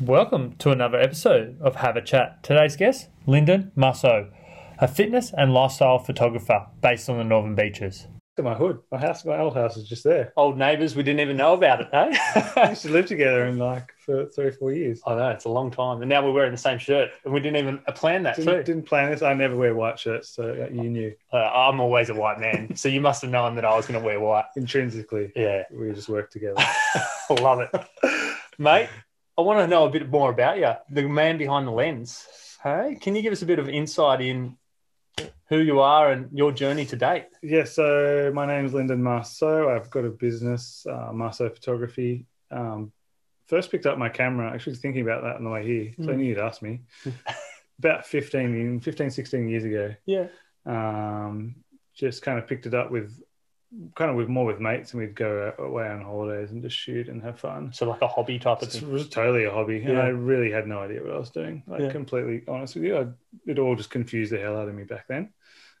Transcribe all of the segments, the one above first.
Welcome to another episode of Have a Chat. Today's guest, Lyndon Marceau, a fitness and lifestyle photographer based on the Northern Beaches. Look at my hood. My house, my old house is just there. Old neighbours, we didn't even know about it, We eh? used to live together in like for three or four years. I know, it's a long time. And now we're wearing the same shirt, and we didn't even plan that, Didn't, too. didn't plan this. I never wear white shirts, so uh, you knew Uh, I'm always a white man, so you must have known that I was going to wear white. intrinsically. Yeah, We just work together. love it. Mate, I want to know a bit more about you, the man behind the lens. Hey, can you give us a bit of insight in who you are and your journey to date? yeah, so my name's Lyndon Marceau. I've got a business, uh, Marceau Photography. Um, first picked up my camera, actually thinking about that on the way here. So I Mm. knew you'd ask me. About 15, 15, 16 years ago. Yeah. um, just kind of picked it up with kind of with more with mates and we'd go away on holidays and just shoot and have fun So like a hobby type of it thing. was totally a hobby and Yeah. i really had no idea what i was doing like Yeah. completely honest with you I, it all just confused the hell out of me back then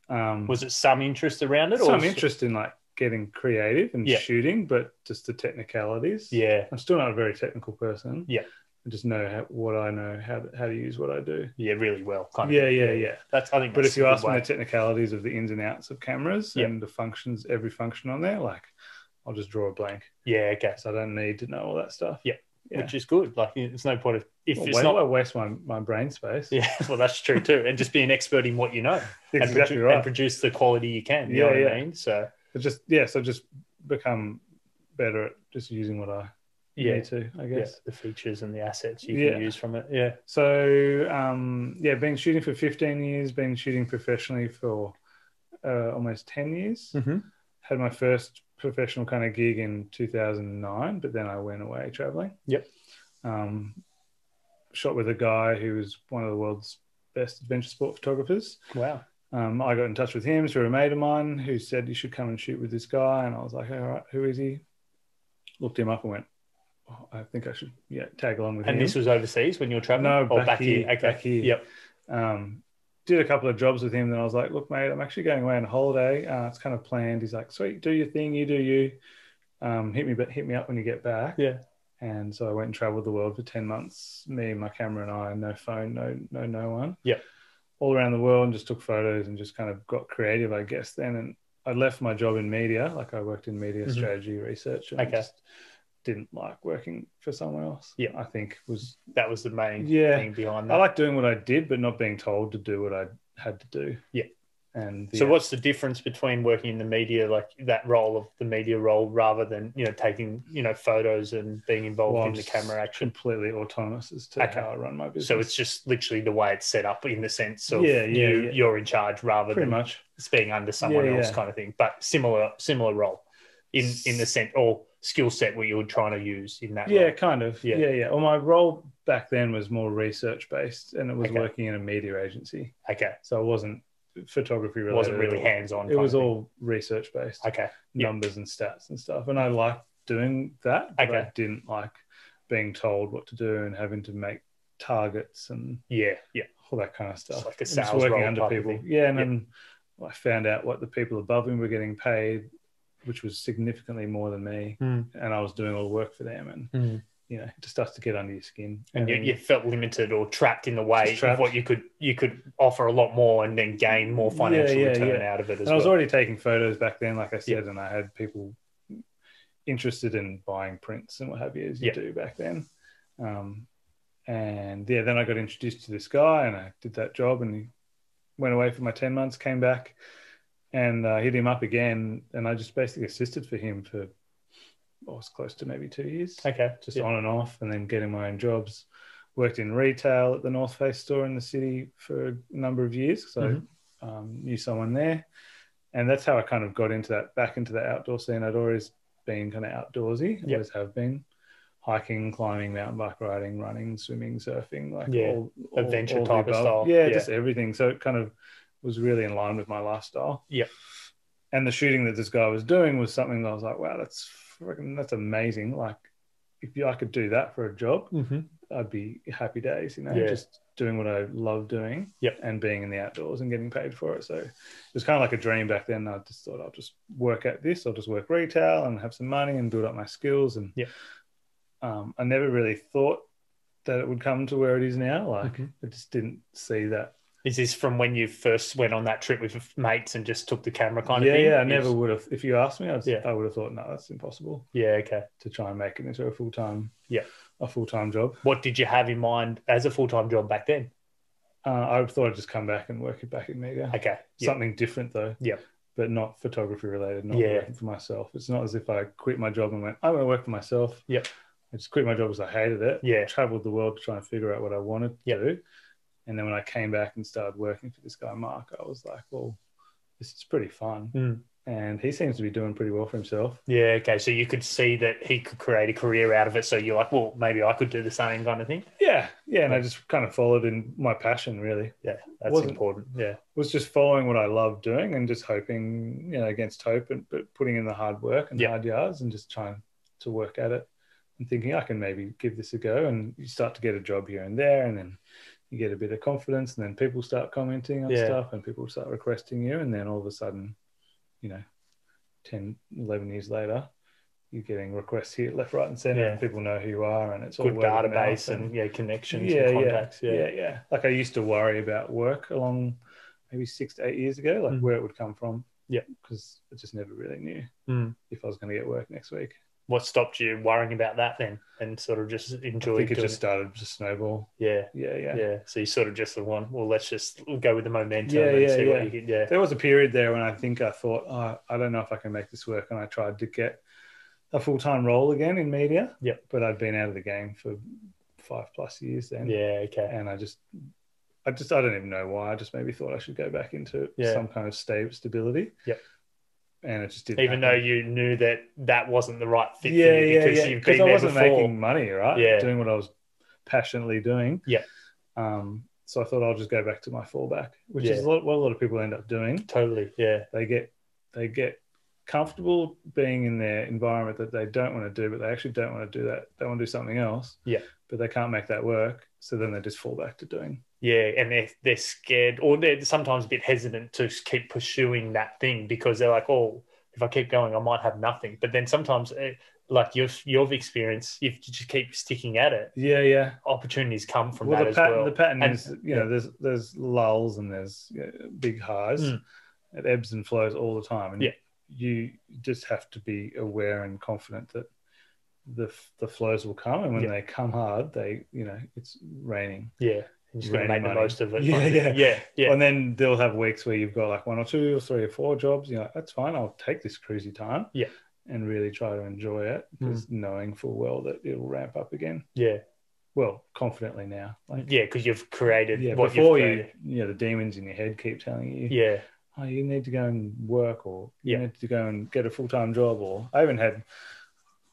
um Was it some interest around it? some was- interest in like getting creative and Yeah. shooting but just the technicalities Yeah. i'm still not a very technical person Yeah. i just know how, what i know how, to- how to use what i do Yeah, really well. Kind yeah of. yeah yeah That's I think. But that's if you a good ask me way. the technicalities of the ins and outs of cameras Yeah. and the functions, every function on there, like I'll just draw a blank. yeah, okay, So I don't need to know all that stuff. Yeah. Yeah. which is good. Like it's no point of if Well, it's why- not. why waste my, my brain space? Yeah, well, that's true too. And just be an expert in what you know and, produ- exactly and right. produce the quality you can. You Yeah, know what yeah. I mean? So It just yeah, so just become better at just using what I yeah, need to, I yeah, guess. the features and the assets you Yeah. can use from it. Yeah, So um, yeah, been shooting for 15 years, been shooting professionally for uh, almost 10 years. mm-hmm. had my first professional kind of gig in 2009, but then I went away traveling. Yep. Um, shot with a guy who was one of the world's best adventure sport photographers. wow. Um, I got in touch with him through a mate of mine who said you should come and shoot with this guy, and I was like, all right, who is he? Looked him up and went, oh, I think I should yeah tag along with And him. this was overseas when you were traveling. No, or back here, Okay. back here. Yep. um, did a couple of jobs with him. Then I was like, look, mate, I'm actually going away on holiday. Uh, it's kind of planned. He's like, sweet, do your thing, you do you. Um, hit me, but hit me up when you get back. Yeah. And so I went and traveled the world for ten months. Me, my camera, and I. No phone, no, no, no one. Yep. All around the world, and just took photos and just kind of got creative, I guess. Then, and I left my job in media. Like I worked in media Mhm. strategy research, and I Okay. just didn't like working for someone else. Yep. I think was That was the main yeah. thing behind that. I like doing what I did, but not being told to do what I had to do. Yeah. And So yeah, what's the difference between working in the media, like that role of the media role, rather than you know taking you know photos and being involved well, in I'm the camera action? completely autonomous as to Okay. how I run my business. So it's just literally the way it's set up in the sense of Yeah, yeah, you yeah. you're in charge rather pretty than much it's being under someone Yeah, else yeah. kind of thing. But similar similar role in in the sense or skill set what you're trying to use in that. yeah, role. kind of Yeah. yeah. yeah, Well, my role back then was more research based, and it was Okay. working in a media agency, Okay. so I wasn't photography It related. wasn't really at all. hands on. Uh, It was all research based, okay. yeah. numbers and stats and stuff, and I liked doing that. But Okay. I didn't like being told what to do and having to make targets and Yeah. Yeah. all that kind of stuff. like a And just sales working role under type of people. thing. Yeah, and Yeah. then I found out what the people above me were getting paid, which was significantly more than me, Mm. and I was doing all the work for them. And Mm. you know, it just starts to get under your skin. and you, then- you felt limited or trapped in the way Just of trapped. what you could you could offer a lot more and then gain more Yeah, financial yeah, return yeah. out of it as and I was well. already taking photos back then, like I said, and I had people interested in buying prints and what have you, as you Yeah. do back then. Um, and yeah, then I got introduced to this guy, and I did that job, and he went away for my ten months, came back, and uh, hit him up again, and I just basically assisted for him for oh, it was close to maybe two years, okay, just yeah. on and off, and then getting my own jobs. Worked in retail at the North Face store in the city for a number of years, so Mhm. um, knew someone there, and that's how I kind of got into that back into the outdoor scene. I'd always been kind of outdoorsy, Yeah. always have been, hiking, climbing, mountain bike riding, running, swimming, surfing, like Yeah, all, all- adventure all the type of above. style. Yeah, Yeah. just everything. So it kind of was really in line with my lifestyle. Yep. And the shooting that this guy was doing was something that I was like, wow, that's freaking, that's Mm-hmm. amazing. Like, if I could do that for a job, I'd be happy days, you know, Yeah. just doing what I love doing Yep. and being in the outdoors and getting paid for it. So it was kind of like a dream back then. I just thought I'll just work at this, I'll just work retail and have some money and build up my skills. And Yep. um, I never really thought that it would come to where it is now. Like Mm-hmm. I just didn't see that. Is this from when you first went on that trip with mates and just took the camera kind yeah, of thing? yeah, I never would have. If you asked me, I'd, Yeah. I would have thought, no, that's impossible Yeah, okay. to try and make it into a full time, Yeah. a full time job. What did you have in mind as a full time job back then? Uh, I thought I'd just come back and work it back in Mega. Okay. Yeah. something different though. Yeah. But not photography related, not Yeah. working for myself. It's not as if I quit my job and went, I want to work for myself. Yeah. I just quit my job because I hated it. I Yeah. traveled the world to try and figure out what I wanted to Yeah. do. And then when I came back and started working for this guy, Mark, I was like, well, this is pretty fun. Mm. And he seems to be doing pretty well for himself. Yeah. Okay. So you could see that he could create a career out of it. So you're like, well, maybe I could do the same kind of thing. Yeah. Yeah. And I Yeah. just kind of followed in my passion, really. That's Wasn't- important. Yeah. was just following what I love doing and just hoping, you know, against hope, and but putting in the hard work and Yeah. hard yards and just trying to work at it and thinking I can maybe give this a go. And you start to get a job here and there, and then you get a bit of confidence, and then people start commenting on Yeah. stuff, and people start requesting you, and then all of a sudden, you know, 10, 11 years later. You're getting requests here, left, right, and center, Yeah. and people know who you are, and it's all Good word of mouth database and, yeah, connections yeah, and contacts. Yeah, yeah, yeah. Like I used to worry about work along maybe six to eight years ago, like Mm. where it would come from. Yeah. Because I just never really knew Mm. if I was going to get work next week. What stopped you worrying about that then and sort of just I enjoyed think it doing just it? started to snowball. Yeah. Yeah, yeah. yeah. So you sort of just the one, well, let's just go with the momentum Yeah, and yeah, see yeah. what you can. Yeah. There was a period there when I think I thought, oh, I don't know if I can make this work. And I tried to get a full time role again in media. Yep. But I'd been out of the game for five plus years then. Yeah. Okay. and I just, I just, I don't even know why. I just maybe thought I should go back into Yeah. some kind of sta- stability. Yep. And it just didn't. Even though happen. you knew that that wasn't the right fit yeah, for you yeah, because yeah, you've because been I there wasn't before. making money, right? Yeah. Doing what I was passionately doing. Yeah. Um. So I thought I'll just go back to my fallback, which is Yeah. a lot, what a lot of people end up doing. Totally. Yeah. They get, they get comfortable being in their environment that they don't want to do, but they actually don't want to do that. They want to do something else. Yeah. But they can't make that work, so then they just fall back to doing Yeah, and they're they're scared, or they're sometimes a bit hesitant to keep pursuing that thing because they're like, "Oh, if I keep going, I might have nothing." But then sometimes, eh, like your your experience, if you just keep sticking at it, Yeah, yeah. opportunities come from well, that the as pattern, well. the pattern And- is, you know, there's there's lulls and there's you know, big highs. Mm. It ebbs and flows all the time, and Yeah. you just have to be aware and confident that the the flows will come, and when Yeah. they come hard, they, you know, it's raining. yeah, you're just going to make Raining the money. most of it. Yeah, yeah. yeah, yeah. And then they'll have weeks where you've got like one or two or three or four jobs. You're like, that's fine. I'll take this cruisy time. Yeah. Hmm. And really try to enjoy it because knowing full well that it'll ramp up again. yeah, Well, confidently now. Like, yeah, because you've created yeah, what before you've you, created. you know, the demons in your head keep telling you, Yeah, oh, you need to go and work or you Yeah. need to go and get a full time job. Or I even had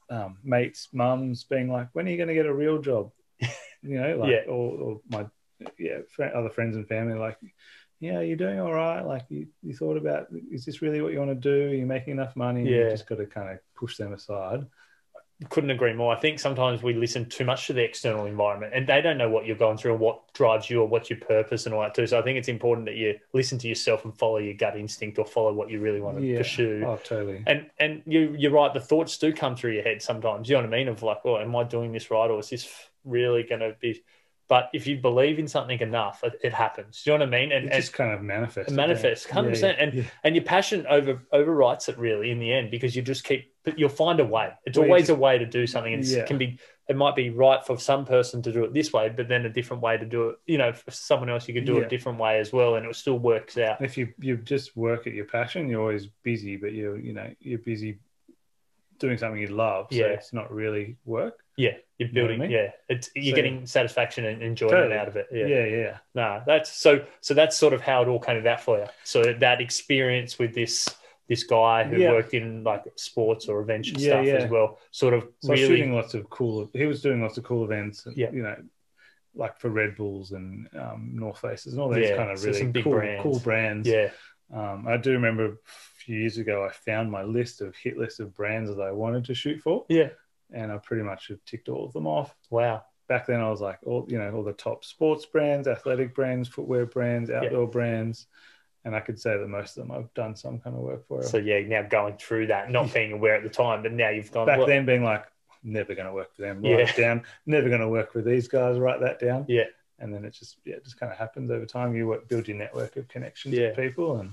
um, mates, mums being like, when are you going to get a real job? You know, like, Yeah. or, or my, yeah, fr- other friends and family, like, yeah, you're doing all right. Like, you, you thought about, is this really what you want to do? Are you making enough money? Yeah. You just got to kind of push them aside. couldn't agree more. I think sometimes we listen too much to the external environment and they don't know what you're going through and what drives you or what's your purpose and all that too. So I think it's important that you listen to yourself and follow your gut instinct or follow what you really want to Yeah. pursue. Oh, totally. And and you you're right, the thoughts do come through your head sometimes. You know what I mean? Of like, oh, am I doing this right or is this really gonna be but if you believe in something enough, it, it happens. Do you know what I mean? And, It and just kind of manifests. it manifests, 100%. And- and your passion over overwrites it really in the end because you just keep but you'll find a way it's Well, you always just- a way to do something and Yeah. it can be it might be right for some person to do it this way but then a different way to do it you know for someone else you could do it Yeah. a different way as well and it still works out if you you just work at your passion, you're always busy, but you you know you're busy doing something you love, so Yeah. it's not really work. yeah you're You know what I building mean? yeah it's you're So- getting satisfaction and enjoyment Totally. out of it Yeah, yeah. yeah, nah that's so so that's sort of how it all came about for you so that experience with this this guy who Yeah. worked in like sports or adventure Yeah, stuff yeah. as well sort of So I was really shooting lots of cool. He was doing lots of cool events, and, Yeah. you know, like for Red Bulls and um, North Faces and all these Yeah, kind of so really some big cool, brands. cool brands. yeah Um, I do remember a few years ago, I found my list of hit list of brands that I wanted to shoot for, yeah and I pretty much have ticked all of them off. wow back then I was like all you know all the top sports brands, athletic brands, footwear brands, outdoor brands, and I could say that most of them I've done some kind of work for. So yeah, now going through that, not being aware at the time, but now you've gone back "Look." then being like never going to work for them write uh, Yeah. it down never going to work with these guys write that down Yeah. and then it just yeah it just kind of happens over time you work, build your network of connections Yeah. with people and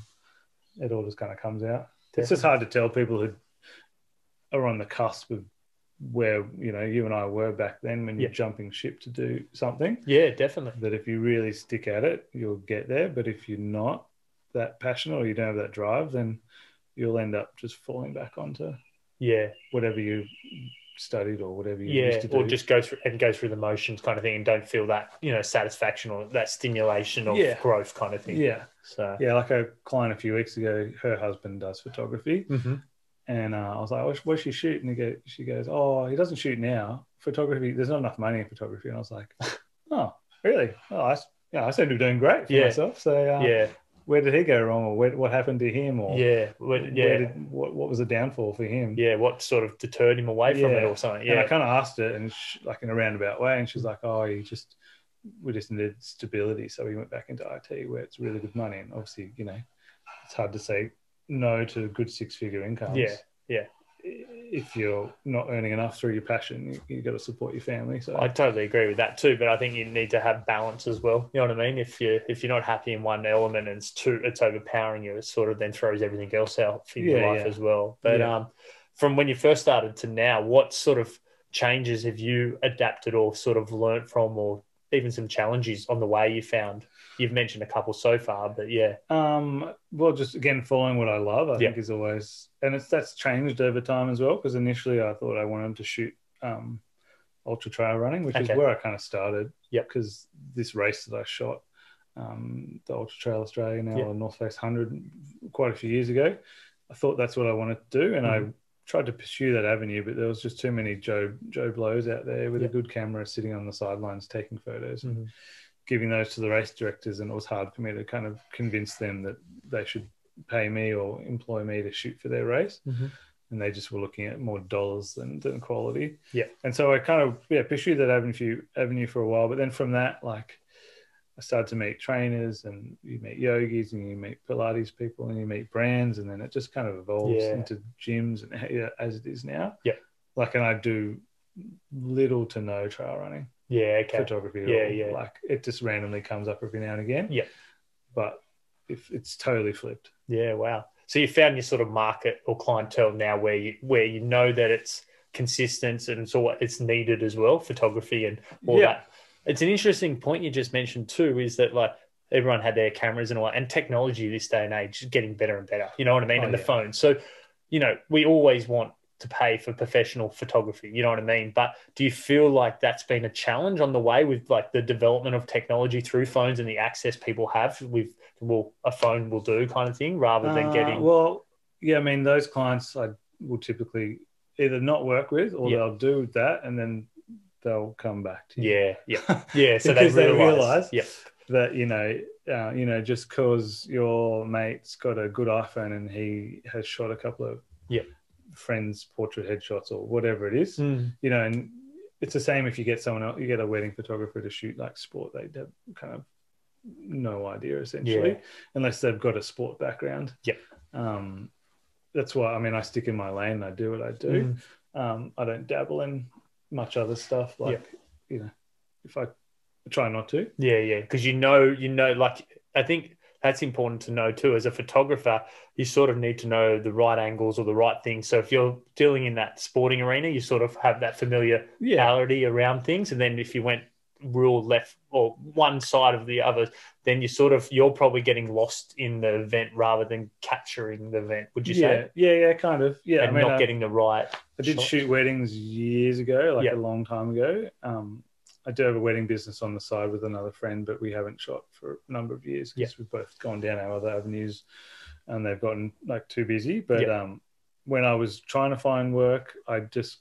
it all just kind of comes out it's just hard to tell people who are on the cusp of where you know you and i were back then when you're Yeah. jumping ship to do something yeah, definitely. that if you really stick at it you'll get there but if you're not that passionate or you don't have that drive then you'll end up just falling back onto Yeah, whatever you studied or whatever you yeah, used to do. or just go through and go through the motions kind of thing, and don't feel that you know satisfaction or that stimulation of Yeah. growth kind of thing. yeah, So yeah. Like a client a few weeks ago, her husband does photography, and uh, I was like, "What's- "What's she shooting?" He go, she goes, "Oh, he doesn't shoot now. Photography, there's not enough money in photography." And I was like, "Oh, really? Oh, I, s- yeah, I seem to be doing great for Yeah. myself." So, uh, yeah, where did he go wrong, or where, what happened to him, or yeah, Well, yeah, where did, what, what was the downfall for him? yeah. What sort of deterred him away from it Yeah. or something? And I Yeah, kind of asked it, and sh like in a roundabout way, and she's like, "Oh, he just we just needed stability, so we went back into IT where it's really good money, and obviously, you know, it's hard to say no to good six-figure incomes. Yeah, yeah. If you're not earning enough through your passion, you, you got to support your family. So I totally agree with that too. But I think you need to have balance as well. You know what I mean? If you if you're not happy in one element and it's too it's overpowering you, it sort of then throws everything else out for your Yeah, life yeah. as well. But Yeah. um, from when you first started to now, what sort of changes have you adapted or sort of learnt from, or even some challenges on the way you found? You've mentioned a couple so far, but yeah, Um, well, just again, following what I love, I Yeah. think is always, and it's that's changed over time as well. Because initially, I thought I wanted to shoot um, ultra trail running, which Okay. is where I kind of started. Yep. Because this race that I shot, um, the Ultra Trail Australia now Yeah. or North Face Hundred, quite a few years ago, I thought that's what I wanted to do, and Mm-hmm. I tried to pursue that avenue, but there was just too many Joe Joe blows out there with Yeah. a good camera sitting on the sidelines taking photos Mhm. giving those to the race directors, and it was hard for me to kind of convince them that they should pay me or employ me to shoot for their race. Mhm. And they just were looking at more dollars than, than quality. Yeah. And so I kind of yeah pursued that avenue avenue for a while, but then from that like I started to meet trainers and you meet yogis and you meet Pilates people and you meet brands and then it just kind of evolves Yeah. into gyms and yeah, as it is now. Yeah. Like and I do little to no trail running yeah, okay, photography. Yeah, Yeah, yeah. yeah. Like it just randomly comes up every now and again. Yeah. But if it's totally flipped. Yeah, wow. So you found your sort of market or clientele now where you where you know that it's consistent and so what it's needed as well, photography and all Yeah. that. It's an interesting point you just mentioned too, is that like everyone had their cameras and all that, and technology this day and age is getting better and better. You know what I mean? Oh, and the yeah. phone. So, you know, we always want to pay for professional photography. You know what I mean? But do you feel like that's been a challenge on the way with like the development of technology through phones and the access people have with well, a phone will do kind of thing rather than Uh, getting well, yeah, I mean those clients I will typically either not work with or Yeah. they'll do that and then they'll come back to you. yeah, yeah, yeah. So they Because they realize, realise. yeah, That you know, uh, you know, just cause your mate's got a good iPhone and he has shot a couple of Yeah. Mm. friends' portrait headshots or whatever it is, you know, and it's the same if you get someone else, you get a wedding photographer to shoot like sport, they have kind of no idea essentially, Yeah. unless they've got a sport background. Yep. Um, that's why I mean I stick in my lane. I do what I do. Mm. Um, I don't dabble in much other stuff. Like you know, if I try not to. yeah, yeah. Because you know, you know, like I think that's important to know too. As a photographer, you sort of need to know the right angles or the right things. So if you're dealing in that sporting arena, you sort of have that familiar Yeah. reality around things. And then if you went rule left or one side of the other, then you sort of you're probably getting lost in the event rather than capturing the event. Would you yeah, say? yeah, yeah, kind of. Yeah, and I mean, uh, not I- getting the right. I did Shots. shoot weddings years ago, like Yeah. a long time ago. Um, I do have a wedding business on the side with another friend, but we haven't shot for a number of years because we've both gone down our other avenues and they've gotten like too busy. But Yeah. um, when I was trying to find work, I just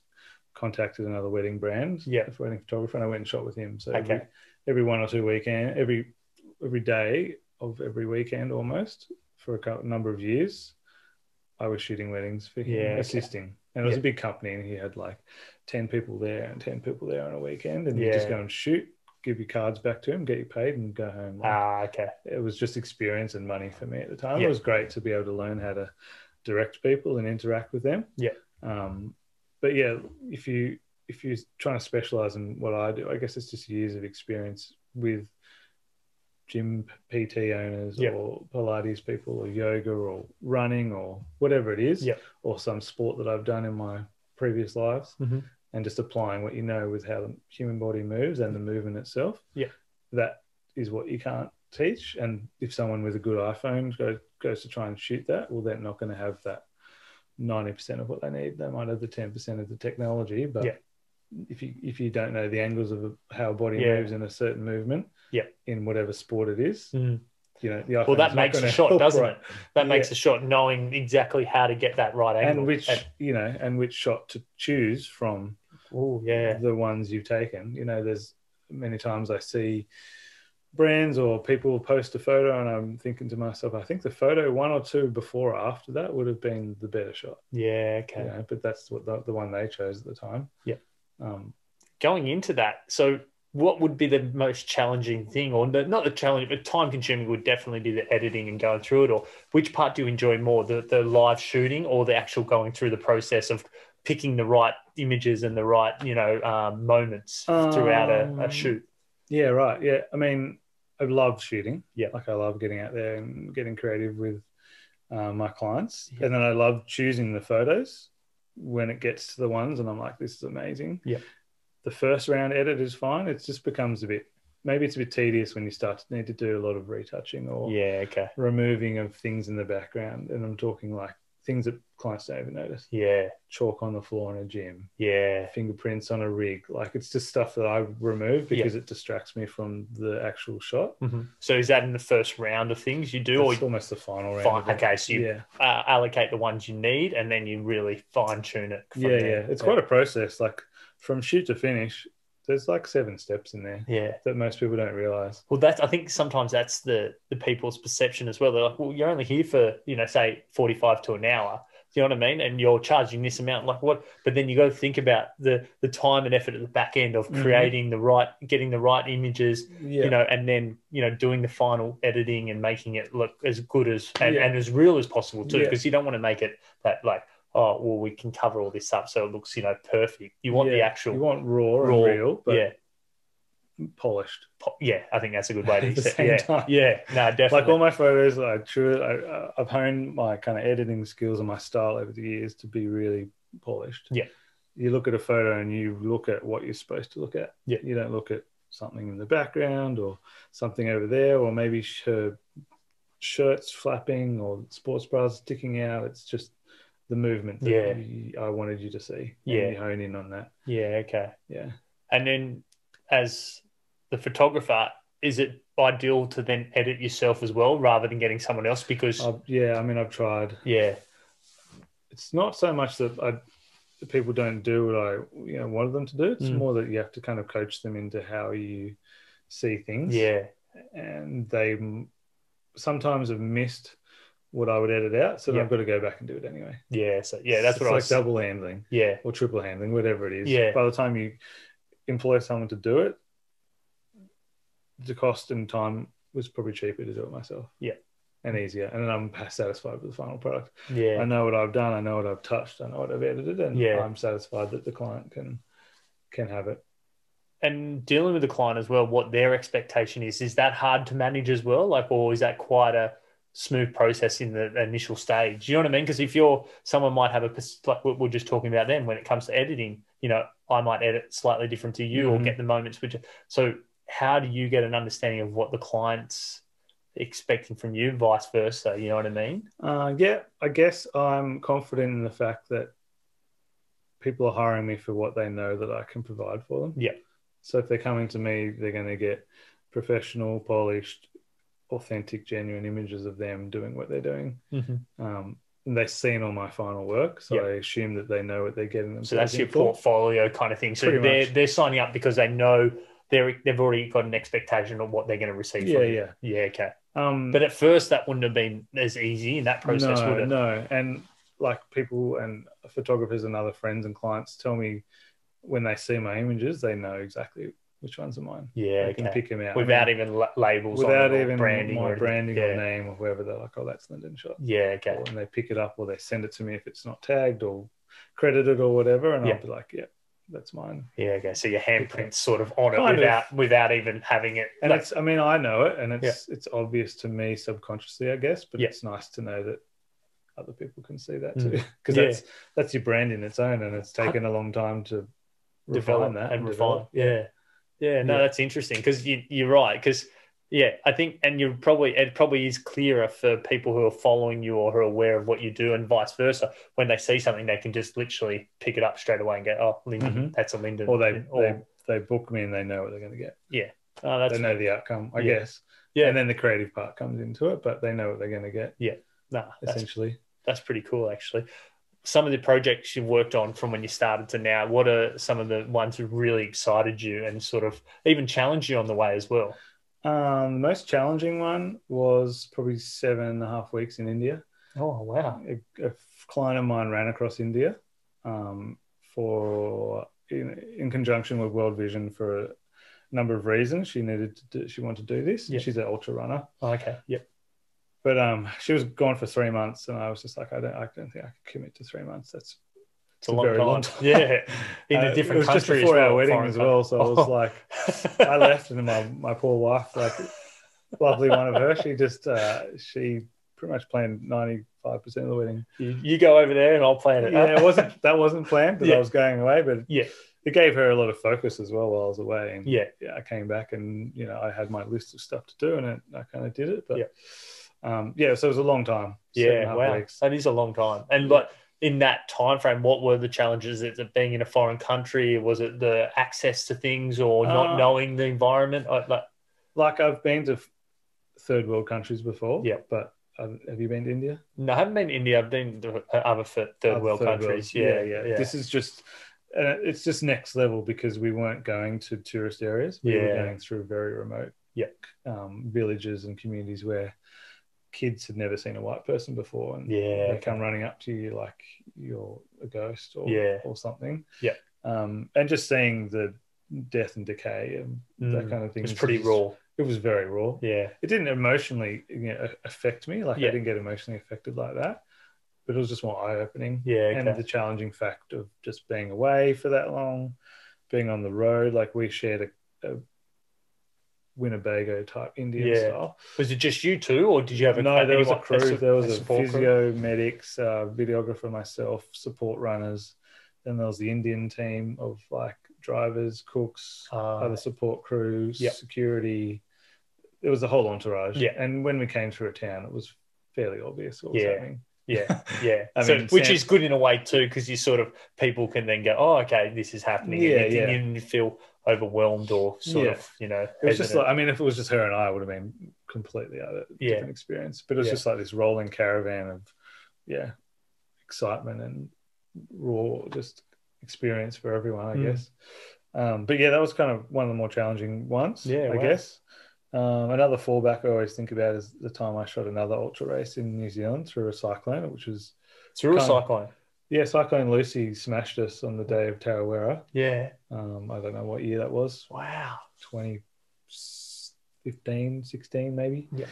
contacted another wedding brand, Yeah. a wedding photographer, and I went and shot with him. So every, Okay. every one or two weekend, every every day of every weekend almost for a cou- number of years. I was shooting weddings for him, Yeah, okay. assisting. And it was Yeah. a big company, and he had like 10 people there and 10 people there on a weekend. And you just Yeah. go and shoot, give your cards back to him, get you paid, and go home. Like, Ah, okay. it was just experience and money for me at the time. Yeah. It was great to be able to learn how to direct people and interact with them. Yeah. Um, but yeah, if you if you're trying to specialize in what I do, I guess it's just years of experience with gym PT owners Yeah. or Pilates people or yoga or running or whatever it is, Yeah. or some sport that I've done in my previous lives, Mhm. and just applying what you know with how the human body moves and the movement itself. Yeah. That is what you can't teach. And if someone with a good iPhone goes goes to try and shoot that, well, they're not going to have that ninety percent of what they need. They might have the ten percent of the technology, but Yeah. if you if you don't know the angles of how a body Yeah. moves in a certain movement, Yeah. in whatever sport it is, Mm. you know, the Well, iPhone's that not makes a gonna shot, help, doesn't right? it? That makes Yeah. a shot knowing exactly how to get that right angle. And which you know, and which shot to choose from oh yeah, the ones you've taken. You know, there's many times I see brands or people post a photo, and I'm thinking to myself, I think the photo one or two before or after that would have been the better shot. yeah, You okay. know, but that's what the, the one they chose at the time. Yeah. Um, Going into that, so what would be the most challenging thing, or the, not the challenge, but time consuming would definitely be the editing and going through it. Or which part do you enjoy more, the the live shooting or the actual going through the process of picking the right images and the right you know um, moments throughout a, Um, a shoot? yeah, right. Yeah. I mean, I love shooting. Yeah. Like I love getting out there and getting creative with uh, my clients. Yeah. And then I love choosing the photos when it gets to the ones, and I'm like, this is amazing. Yeah. The first round edit is fine. It just becomes a bit, maybe it's a bit tedious when you start to need to do a lot of retouching or Yeah, okay, removing of things in the background. And I'm talking like things that clients don't even notice yeah, chalk on the floor in a gym, yeah. fingerprints on a rig. Like it's just stuff that I remove Yeah. because it distracts me from the actual shot. Mhm. So is that in the first round of things you do, or It's almost the final round. Fine, of it. okay, so you- yeah, uh, allocate the ones you need, and then you really fine tune it. yeah, yeah. It's quite a process. Like from shoot to finish, there's like seven steps in there yeah. that most people don't realize. Well, that's I think sometimes that's the the people's perception as well. They're like, well, you're only here for you know, say forty five to an hour. Do you know what I mean? And you're charging this amount, like what? But then you got to think about the the time and effort at the back end of Mhm. creating the right, getting the right images, Yeah, you know, and then you know doing the final editing and making it look as good as and, Yeah. and as real as possible too, Yeah. because you don't want to make it that like oh well we can cover all this up so it looks you know perfect. You want the Yeah. actual you want raw, raw- and real, but yeah polished. po- yeah. I think that's a good way At to the say same yeah time. yeah no Like definitely all my photos, I truly, I, uh, I've honed my kind of editing skills and my style over the years to be really polished. Yeah. You look at a photo and you look at what you're supposed to look at. Yeah. You don't look at something in the background or something over there, or maybe sh- her shirts flapping or sports bras sticking out. It's just the movement that Yeah. you- I wanted you to see. And Yeah. you hone in on that. yeah okay. Yeah. And then as the photographer, is it ideal to then edit yourself as well rather than getting someone else? Because i yeah. I mean, I've tried. yeah it's not so much that I that people don't do what I you know wanted them to do. It's Mm. more that you have to kind of coach them into how you see things. yeah and they m- sometimes have missed what I would edit out, so then Yeah. I've got to go back and do it anyway. yeah so yeah that's It's what I like was double handling yeah or triple handling, whatever it is. Yeah. By the time you employ someone to do it, the cost and time was probably cheaper to do it myself. Yeah. And easier, and then I'm satisfied with the final product. I yeah know what I've done. I know what I've touched. I know what I've edited, and Yeah. I'm satisfied that the client can can have it. and dealing with the client as well, what their expectation is, is that hard to manage as well? Like, or is that quite a smooth process in the initial stage? You know what I mean? Because if you're someone might have a pers- like we we're just talking about then when it comes to editing, you know, I might edit slightly different to you or Mhm. get the moments which. So, how do you get an understanding of what the client's expecting from you, vice versa? You know what I mean? Uh, yeah, I guess I'm confident in the fact that people are hiring me for what they know that I can provide for them. Yeah. So if they're coming to me, they're going to get professional, polished, authentic, genuine images of them doing what they're doing. Um, and they've seen all my final work, so Yeah. I assume that they know what they're getting themselves So that's in your for. portfolio kind of thing. So Pretty they're much. they're signing up because they know they're they've already got an expectation of what they're going to receive. Yeah, from you. yeah. yeah, okay. Um, But at first, that wouldn't have been as easy in that process, no, would it? No, and like people and photographers and other friends and clients tell me when they see my images, they know exactly which ones are mine. Yeah, they can okay. pick them out without even la- labels, on it without or even branding, or my anything. branding yeah. or name or whoever. They're like, oh, that's Linden shot. Yeah, okay. Or- and they pick it up or they send it to me if it's not tagged or credited or whatever, and Yeah. I'll be like, yeah, that's mine. Yeah, okay. So your handprint's sort of on it Kind of. without without even having it. And like- it's, I mean, I know it, and it's it's obvious to me subconsciously, I guess, but Yeah. it's nice to know that other people can see that Mm. too, because Yeah. that's that's your brand in its own, and it's taken a long time to develop refine that and refine. develop. Yeah, yeah. No, Yeah. that's interesting because you, you're right. Because yeah, I think, and you probably it probably is clearer for people who are following you or who are aware of what you do, and vice versa. When they see something, they can just literally pick it up straight away and go, "Oh, Linden, Mhm. that's a Linden." Or they, or they they book me and they know what they're going to get. oh, that's they know the outcome, I Yeah. guess. Yeah. And then the creative part comes into it, but they know what they're going to get nah, that's essentially. that's pretty cool actually. Some of the projects you've worked on from when you started to now, what are some of the ones who really excited you and sort of even challenged you on the way as well? Um, the most challenging one was probably seven and a half weeks in India. Oh wow! A, a client of mine ran across India um, for in, in conjunction with World Vision for a number of reasons. She needed to do, she wanted to do this. Yeah. She's an ultra runner, Oh, Okay, yep, but um, she was gone for three months, and I was just like, I don't, I don't think I could commit to three months. That's it's a a long very time. long time. Yeah, in Uh, a different It was just country. before as well, our wedding foreign as well, so I was country. like. I left, and then my, my poor wife, like lovely one of her, she just uh, she pretty much planned ninety five percent of the wedding. you, you go over there and I'll plan it. Yeah, it wasn't that wasn't planned, but Yeah. I was going away, but Yeah. it gave her a lot of focus as well while I was away. And Yeah, yeah, I came back, and you know I had my list of stuff to do, and it, I kind of did it. But Yeah. um, yeah, so it was a long time. seven and a yeah. half Wow, weeks. that is a long time. And like in that time frame, what were the challenges? Is it being in a foreign country? Was it the access to things or not Uh, knowing the environment? I, like, Like I've been to f- third world countries before. Yeah. but uh, have you been to India? no, I haven't been to India. I've been to other third, third other world third countries. world. Yeah, yeah, yeah. This is just, uh, it's just next level because we weren't going to tourist areas. We were Yeah. going through very remote Yeah. um, villages and communities where kids had never seen a white person before. And Yeah, they come running up to you like you're a ghost or, Yeah. or something. Yeah. Um, and just seeing the death and decay and that Mm. kind of thing. It was is pretty just- raw. It was very raw Yeah, it didn't emotionally you know, affect me. Like Yeah. I didn't get emotionally affected like that, but it was just more eye opening. Yeah, okay. and the challenging fact of just being away for that long, being on the road. Like we shared a, a Winnebago type Indian Yeah. style. was it just you two, or did you have a no, there was a anyone- crew. su- there was a support crew? physio, medics, uh, videographer, myself, support runners. Then there was the Indian team of like drivers, cooks, Ah, other support crews, Yep. security. It was a whole entourage. Yeah. And when we came through a town, it was fairly obvious what was Yeah. happening. Yeah, yeah. I so, mean, which Sam- is good in a way too, because you sort of people can then go, "Oh, okay, this is happening," Yeah, and, you, yeah. and you feel overwhelmed or sort Yeah. of, you know, It was just hesitant. like, I mean, if it was just her and I, it would have been completely other Yeah. different experience. But it was Yeah. just like this rolling caravan of, yeah, excitement and raw just experience for everyone, I Mm. guess. Um, but yeah, that was kind of one of the more challenging ones, Yeah, I wow. guess. Um, another fallback I always think about is the time I shot another ultra race in New Zealand through a cyclone, which was it's a real kind of- cyclone. Yeah, Cyclone Lucy smashed us on the day of Tarawera. Yeah. Um, I don't know what year that was, Wow. 2015, 16 maybe. Yeah.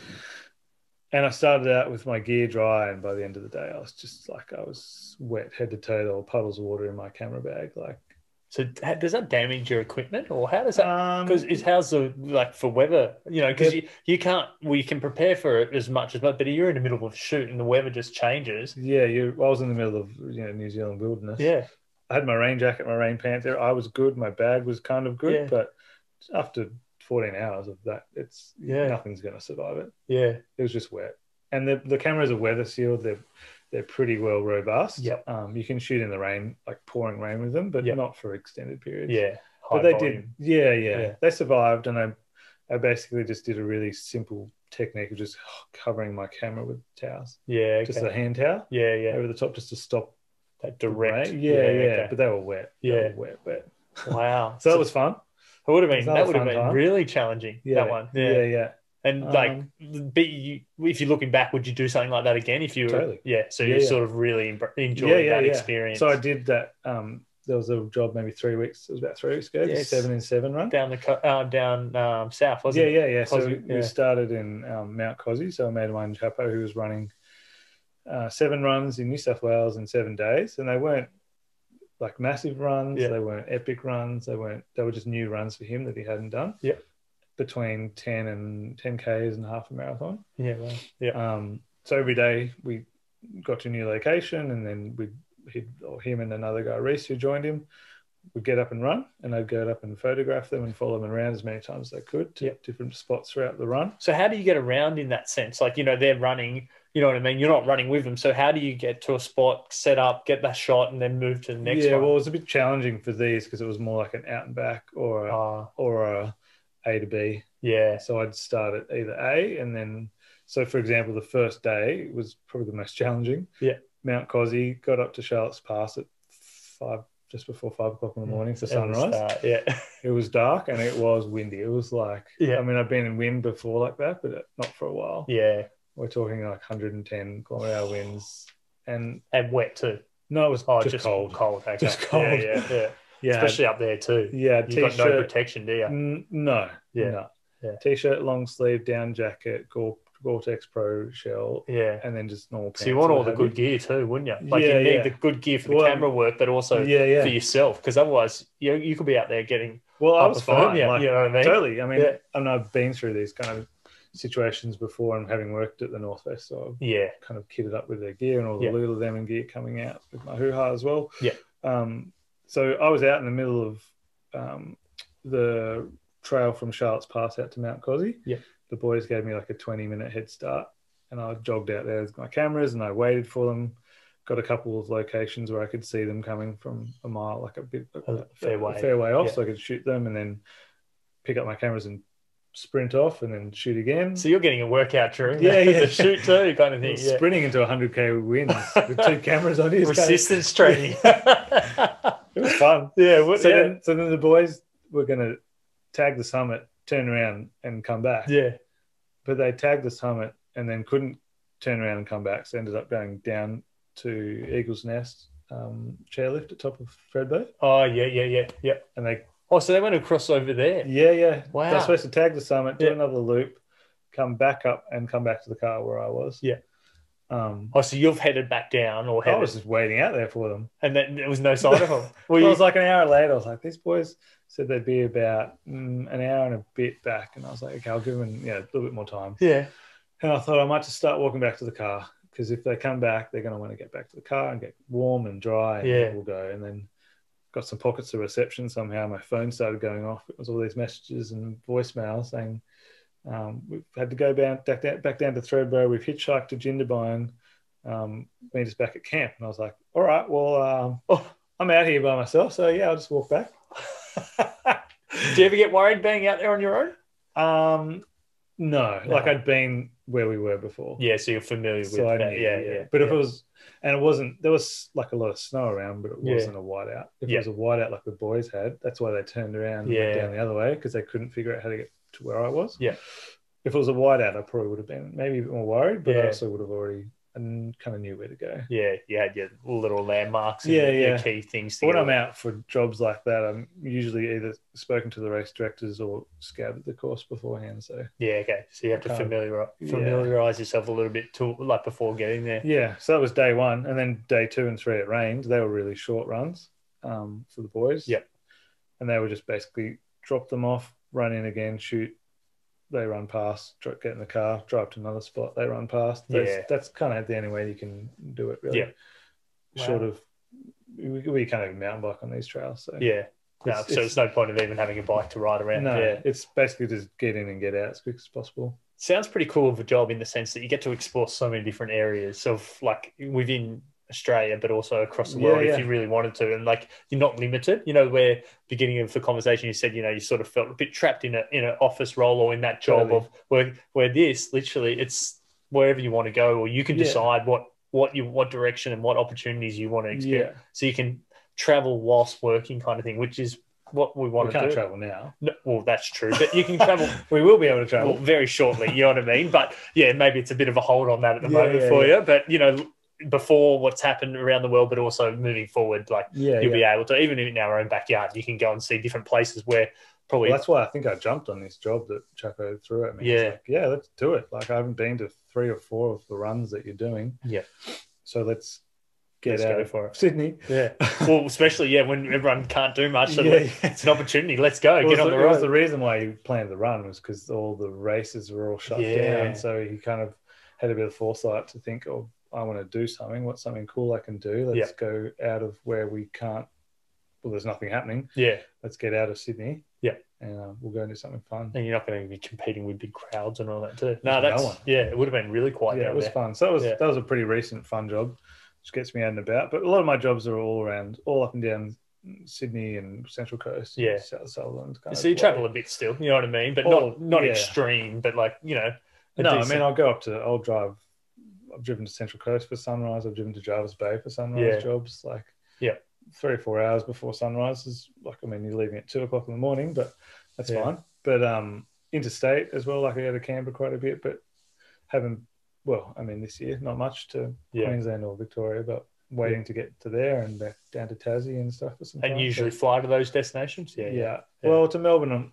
And I started out with my gear dry, and by the end of the day, I was just like, I was wet head to toe. There were puddles of water in my camera bag. Like, So ha- does that damage your equipment, or how does that? um, Because it's how's the like for weather, you know, because you, you can't we can prepare for it as much as but but you're in the middle of a shoot and the weather just changes. yeah, you, I was in the middle of you know New Zealand wilderness. Yeah, I had my rain jacket, my rain pants. there. I was good. My bag was kind of good, Yeah. but after 14 hours of that, it's Yeah. nothing's going to survive it. yeah, it was just wet. And the, the cameras are weather sealed. They're they're pretty well robust. Yep. Um, you can shoot in the rain, like pouring rain with them, but Yep. not for extended periods. yeah. But High they volume. did. Yeah, yeah, Yeah. They survived, and I I basically just did a really simple technique of just covering my camera with towels, Yeah, okay. just a hand towel yeah, yeah. over the top, just to stop That the direct. rain. Yeah, yeah. okay. But they were wet. They Yeah. were wet, wet. Wow. So that was fun. It would have been It's not that a would have fun been time. really challenging. Yeah. That one. Yeah. yeah. yeah. And Um, like, be you, if you're looking back, would you do something like that again? If you, Totally. yeah, so Yeah, you yeah. sort of really em- enjoyed Yeah, yeah, that yeah. experience. So I did that. Um, there was a job maybe three weeks. It was about three weeks ago. the Yes. Seven in seven run. down the co- uh, down um, south, wasn't Yeah, it? yeah, yeah. So Cosy, we, we yeah. started in um, Mount Cosy. So I made mine Chapo, who was running uh, seven runs in New South Wales in seven days, and they weren't like massive runs. Yeah. They weren't epic runs. They weren't. They were just new runs for him that he hadn't done. Yeah. Between ten and ten k's and half a marathon. Yeah, yeah, wow. yeah. Um, so every day we got to a new location, and then we he'd, or him and another guy, Reese, who joined him, would get up and run, and I'd get up and photograph them and follow them around as many times as I could to Yep. different spots throughout the run. So how do you get around in that sense? Like, you know, they're running, you know what I mean? You're not running with them. So how do you get to a spot, set up, get that shot, and then move to the next yeah, one? well, it was a bit challenging for these because it was more like an out and back or a, Ah, or a A to B. yeah. So I'd start at either A and then, so for example, the first day was probably the most challenging. Yeah. Mount Cosy got up to Charlotte's Pass at five, just before five o'clock Mm. in the morning for At the sunrise. start, Yeah. It was dark and it was windy. It was like, Yeah. I mean, I've been in wind before like that, but not for a while. yeah. We're talking like 110 kilometer hour winds. And And wet too. no, it was Oh, just, just, cold. Cold. Okay. Just cold. Yeah, yeah, yeah. Yeah. Especially up there too. yeah. You've got no T-shirt. protection, do you? N- no. Yeah. no. Yeah. T-shirt, long sleeve, down jacket, Gore, Gore-Tex Pro shell, Yeah. and then just normal pants. So you want or all the what have good gear too, wouldn't you? Like Yeah, you need yeah. the good gear for the Well, camera work, but also you. Yeah, yeah. for yourself, because otherwise you you could be out there getting well, I up was a phone, fine. Yeah, like, you know what I mean? Totally. I mean, Yeah. I mean, I've been through these kind of situations before and having worked at the Northwest, so I've Yeah. kind of kitted up with their gear and all the Yeah. Lululemon gear coming out with my hoo ha as well. Yeah. Um, so I was out in the middle of um, the trail from Charlotte's Pass out to Mount Cosy. Yeah. The boys gave me like a 20 minute head start and I jogged out there with my cameras and I waited for them. Got a couple of locations where I could see them coming from a mile, like a bit A fair way. fair way off, Yeah. so I could shoot them and then pick up my cameras and sprint off and then shoot again. So you're getting a workout during Yeah, the, yeah. the shoot too, kind of thing. Well, Yeah. Sprinting into 100k wins with two cameras on you. is kind of- Resistance training. yeah. It was fun. What, So, yeah. then, so then the boys were going to tag the summit, turn around, and come back. yeah. But they tagged the summit and then couldn't turn around and come back. So ended up going down to Eagle's Nest um, chairlift at top of Fredbo. Oh yeah, yeah, yeah, yeah. And they, Oh, so they went across over there. yeah, yeah. Wow. They're supposed to tag the summit, do Yeah. another loop, come back up, and come back to the car where I was. Yeah. Um, Oh, so you've headed back down or I headed, was just waiting out there for them. and then there was no sign of them. Were Well, you, it was like an hour later. I was like, these boys said they'd be about mm, an hour and a bit back, and I was like, okay, I'll give them yeah, a little bit more time. yeah, And I thought I might just start walking back to the car because if they come back, they're going to want to get back to the car and get warm and dry. And Yeah. we'll go. And then got some pockets of reception somehow. My phone started going off. It was all these messages and voicemails saying um, we've had to go back, back, down, back down to Threadbow. We've hitchhiked to Jindabyne. Um, meet us back at camp. And I was like, all right, well, um, oh, I'm out here by myself. So yeah, I'll just walk back. Do you ever get worried being out there on your own? Um, no, No. like I'd been where we were before. Yeah, so you're familiar with So I that. knew, yeah, yeah, yeah, But if yeah. it was, and it wasn't, there was like a lot of snow around, but it Yeah. wasn't a whiteout. If Yeah. it was a whiteout like the boys had, that's why they turned around and Yeah. went down the other way because they couldn't figure out how to get to where I was. Yeah. If it was a whiteout, I probably would have been maybe a bit more worried, but Yeah. I also would have already and kind of knew where to go. yeah, you had your little landmarks. And Yeah, your, your yeah. key things. To When get I'm on. out for jobs like that, I'm usually either spoken to the race directors or scouted the course beforehand. So Yeah, okay. So you have to Kind of- familiar, yeah. familiarize yourself a little bit to like before getting there. Yeah, so that was day one, and then day two and three it rained. They were really short runs um, for the boys. Yep. and they were just basically drop them off, run in again, shoot. They run past, dr- get in the car, drive to another spot. They run past. That's, Yeah. that's kind of the only way you can do it, really. Yeah. Wow. Short of we, we can't even mountain bike on these trails, so Yeah. No, It's- so it's, no point of even having a bike to ride around. no, Yeah. it's basically just get in and get out as quick as possible. Sounds pretty cool of a job in the sense that you get to explore so many different areas of like within Australia, but also across the Yeah, world yeah. if you really wanted to. And like you're not limited. You know, where beginning of the conversation you said, you know, you sort of felt a bit trapped in a in an office role or in that job Totally. of where where this literally it's wherever you want to go or you can Yeah. decide what what you what direction and what opportunities you want to experience. so you can travel whilst working kind of thing which is what we want we to can't do. travel now. No, well, that's true, but you can travel We will be able to travel. well, very shortly. You know what I mean? But yeah, maybe it's a bit of a hold on that at the Yeah, moment yeah, for you. But you know, before what's happened around the world, but also moving forward, like yeah, you'll yeah. be able to even in our own backyard, you can go and see different places where probably Well, that's why I think I jumped on this job that Chaco threw at me. It's Yeah. like, yeah, let's do it. Like I haven't been to three or four of the runs that you're doing. Yeah. So let's get Let's out go of for it. Sydney. Yeah. well, especially yeah, when everyone can't do much, so Yeah, yeah. it's an opportunity. Let's go, Well, get so on the it was the road. reason why he planned the run was because all the races were all shut Yeah. down. So he kind of had a bit of foresight to think, oh, I want to do something. What's something cool I can do? Let's go out of where we can't. Well, there's nothing happening. Yeah, Let's get out of Sydney. Yeah. and uh, we'll go and do something fun. and you're not going to be competing with big crowds and all that too. No No, that's one. yeah, it would have been really quiet yeah, down it was there. fun. So that was Yeah. that was a pretty recent fun job, which gets me out and about. But a lot of my jobs are all around, all up and down Sydney and Central Coast. and Yeah. South Sutherland. kind So of you way. travel a bit still, you know what I mean? But Oh, not not yeah. extreme, but like you know. a No, I decent- mean I'll go up to. I'll drive. I've driven to Central Coast for sunrise. I've driven to Jarvis Bay for sunrise Yeah. jobs. Like Yeah. three or four hours before sunrise is like. I mean, you're leaving at two o'clock in the morning, but that's Yeah. fine. But um, interstate as well. Like I go to Canberra quite a bit, but haven't. Well, I mean, this year not much to yeah. Queensland or Victoria, but waiting to get to there and back down to Tassie and stuff for some and time. usually So, fly to those destinations. Yeah, yeah, yeah. yeah. Well, to Melbourne, um,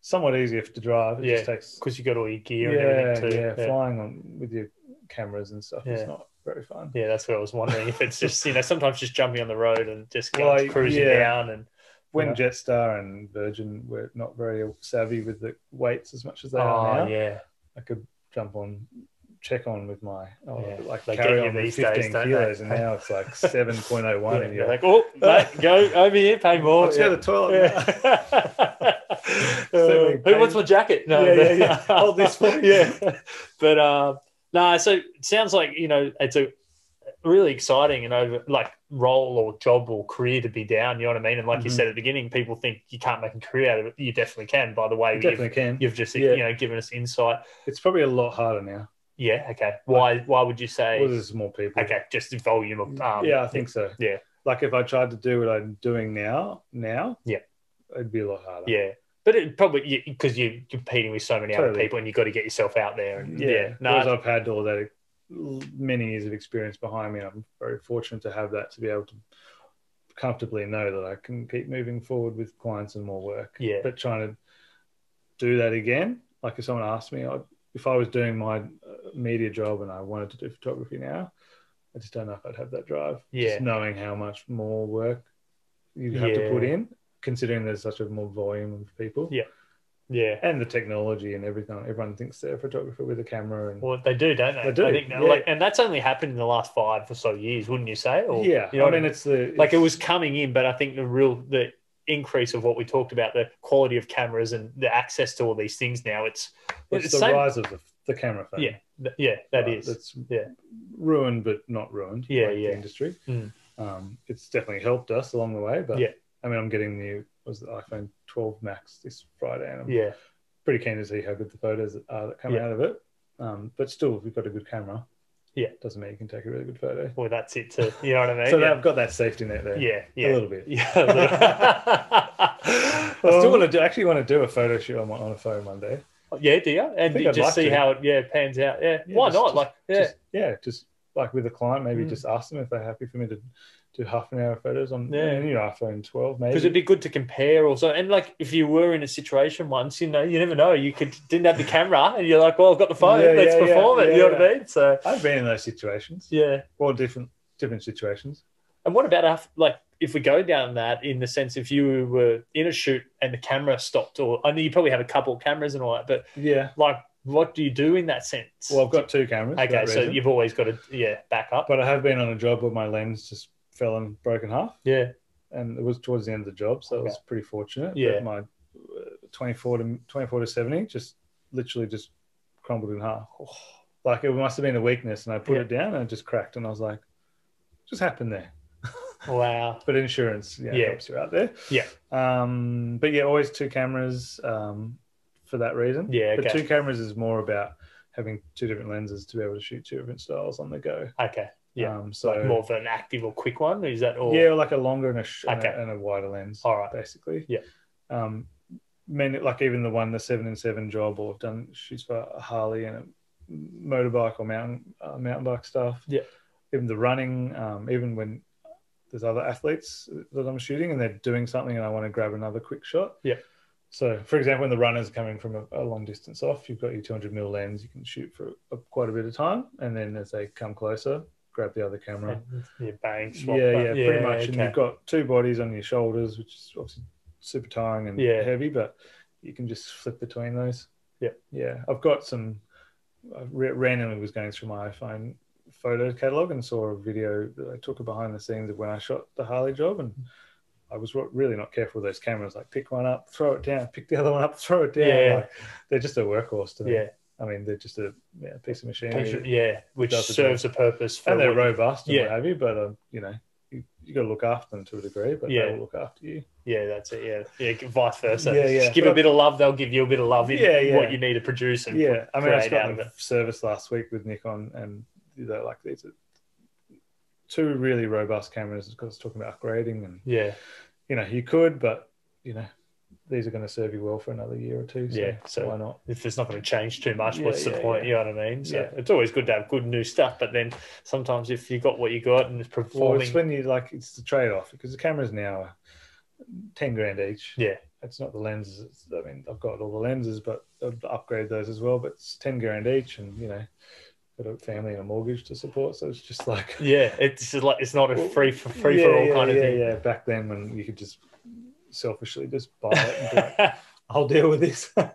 somewhat easier to drive. It Yeah. just takes Because you got all your gear and yeah, everything too. yeah, yeah. flying on with your cameras and stuff Yeah. is not very fun. Yeah, that's what I was wondering. If it's just you know sometimes just jumping on the road and just going Well, cruising yeah. down and When Yeah. Jetstar and Virgin were not very savvy with the weights as much as they oh are now, yeah, I could jump on, check on with my oh, Yeah. like They carry get you on with these days, 15 don't they? kilos, and now it's like 7.01, yeah. and You're you're like oh mate, go over here, pay more. let's go to the toilet. now." yeah. So Uh, we who wants paid- my jacket? No, Yeah, yeah, yeah. Hold this for me. yeah, but uh, no. so it sounds like you know it's a really exciting and over like role or job or career to be down. You know what I mean? And like you Mhm. said at the beginning, people think you can't make a career out of it. You definitely can. By the way, You you've, definitely can. you've just Yeah. you know given us insight. It's probably a lot harder now. Yeah. Okay. Why? Why would you say? Well, there's more people. okay, just the volume of um, yeah, I think so. yeah. Like if I tried to do what I'm doing now, now, Yeah. it'd be a lot harder. Yeah. But it probably because you're competing with so many other Totally. people, and you've got to get yourself out there. And, yeah. yeah, no, Whereas I've had all that many years of experience behind me, and I'm very fortunate to have that to be able to comfortably know that I can keep moving forward with clients and more work. Yeah. But trying to do that again, like if someone asked me, I, if I was doing my uh, media job and I wanted to do photography now, I just don't know if I'd have that drive. Yeah. Just knowing how much more work you have to Yeah. put in, considering there's such a more volume of people. Yeah. yeah. And the technology and everything. Everyone thinks they're a photographer with a camera and Well, they do, don't they? They do, I think, that- yeah. like, and that's only happened in the last five or so years, wouldn't you say? Or, yeah, you know I what mean, it's the like it was coming in, but I think the real the increase of what we talked about, the quality of cameras and the access to all these things now, it's it's, it's the same- rise of the, the camera phone. yeah, th- yeah, that is It's Yeah. ruined, but not ruined. Yeah, like yeah. The industry. Mm. Um, it's definitely helped us along the way, but Yeah. I mean, I'm getting the was the iPhone 12 Max this Friday, and I'm yeah, pretty keen to see how good the photos are that come Yeah. out of it. Um, but still, if you've got a good camera, Yeah. doesn't mean you can take a really good photo. well, that's it too. You know what I mean? So yeah. they've got that safety net there. yeah, a yeah, little bit. yeah. a little- I still Um, want to do, actually want to do a photo shoot on my on a phone one day. yeah, do you? And think you I'd just like see to. how it yeah pans out. Yeah, Yeah, why just- not? just- like, yeah, just, yeah, just like with a client, maybe Mm. just ask them if they're happy for me to do half an hour photos on Yeah. yeah. your iPhone 12, maybe. because it'd be good to compare also and like if you were in a situation once you know you never know you could didn't have the camera and you're like well i've got the phone Yeah, let's yeah, yeah, perform it yeah, you know what yeah. i mean so I've been in those situations, yeah or different different situations. and what about af- like if we go down that in the sense if you were in a shoot and the camera stopped or i know you probably have a couple of cameras and all that but Yeah. like what do you do in that sense Well, I've got two cameras. for okay that so reason. you've always got to yeah back up But I have been on a job where my lens just fell and broke in half, yeah and it was towards the end of the job, so I was pretty fortunate. But Yeah. my uh, 24 to 24 to 70 just literally just crumbled in half. Like it must have been a weakness, and I put Oh. Yeah. it down and it just cracked, and I was like, just happened there. wow but insurance yeah, Yeah. helps you out there. Yeah. Um, but yeah, always two cameras um, for that reason. Yeah, But okay. two cameras is more about having two different lenses to be able to shoot two different styles on the go. okay Yeah. Um, so more of an active or quick one? Is that all? yeah, like a longer and a, sh- and, Okay. a and a wider lens, All right. basically. Yeah. Um, many like even the one the seven and seven job, or I've done shoots for Harley and a motorbike or mountain uh, mountain bike stuff. Yeah. Even the running, um, even when there's other athletes that I'm shooting and they're doing something and I want to grab another quick shot. Yeah. So, for example, when the runner's coming from a, a long distance off, you've got your 200 mil lens, you can shoot for a, quite a bit of time. And then as they come closer, grab the other camera Yeah, bang, swap yeah, that. yeah, pretty much. And okay. you've got two bodies on your shoulders, which is obviously super tiring and Yeah. heavy, but you can just flip between those. Yeah. Yeah. I've got some, I ra- randomly was going through my iPhone photo catalog and saw a video that I took behind the scenes of when I shot the Harley job. And I was ro- really not careful with those cameras. Like, pick one up, throw it down, pick the other one up, throw it down. Yeah. Like, they're just a workhorse to me. yeah, I mean, they're just a yeah, piece of machinery picture- yeah, which Does the serves a purpose for and they're what- robust and what Yeah. have you. But um, you know, you, you got to look after them to a degree, but Yeah. they will look after you. Yeah, that's it. Yeah, yeah, vice versa. Yeah, yeah. Just give a bit of love, they'll give you a bit of love in Yeah, yeah. what you need to produce. And yeah, I mean, I just create out got of them service last week with Nikon, and they're like these are two really robust cameras because it's talking about upgrading, and yeah, you know, you could, but you know, these are going to serve you well for another year or two. So, Yeah, so- why not? if it's not going to change too much, Yeah, what's the yeah, point? You know what I mean? So Yeah. it's always good to have good new stuff, but then sometimes if you got what you got and it's Well, performing, it's when you like it's the trade off because the cameras now are ten grand each. yeah, it's not the lenses. It's, I mean, I've got all the lenses, but I'd upgrade those as well. But it's ten grand each, and you know, got a family and a mortgage to support. So it's just like yeah, it's just like it's not a Well, free for free Yeah, for all yeah, kind of yeah, thing. Yeah, back then when you could just selfishly just buy it. And be like, I'll deal with this. yeah,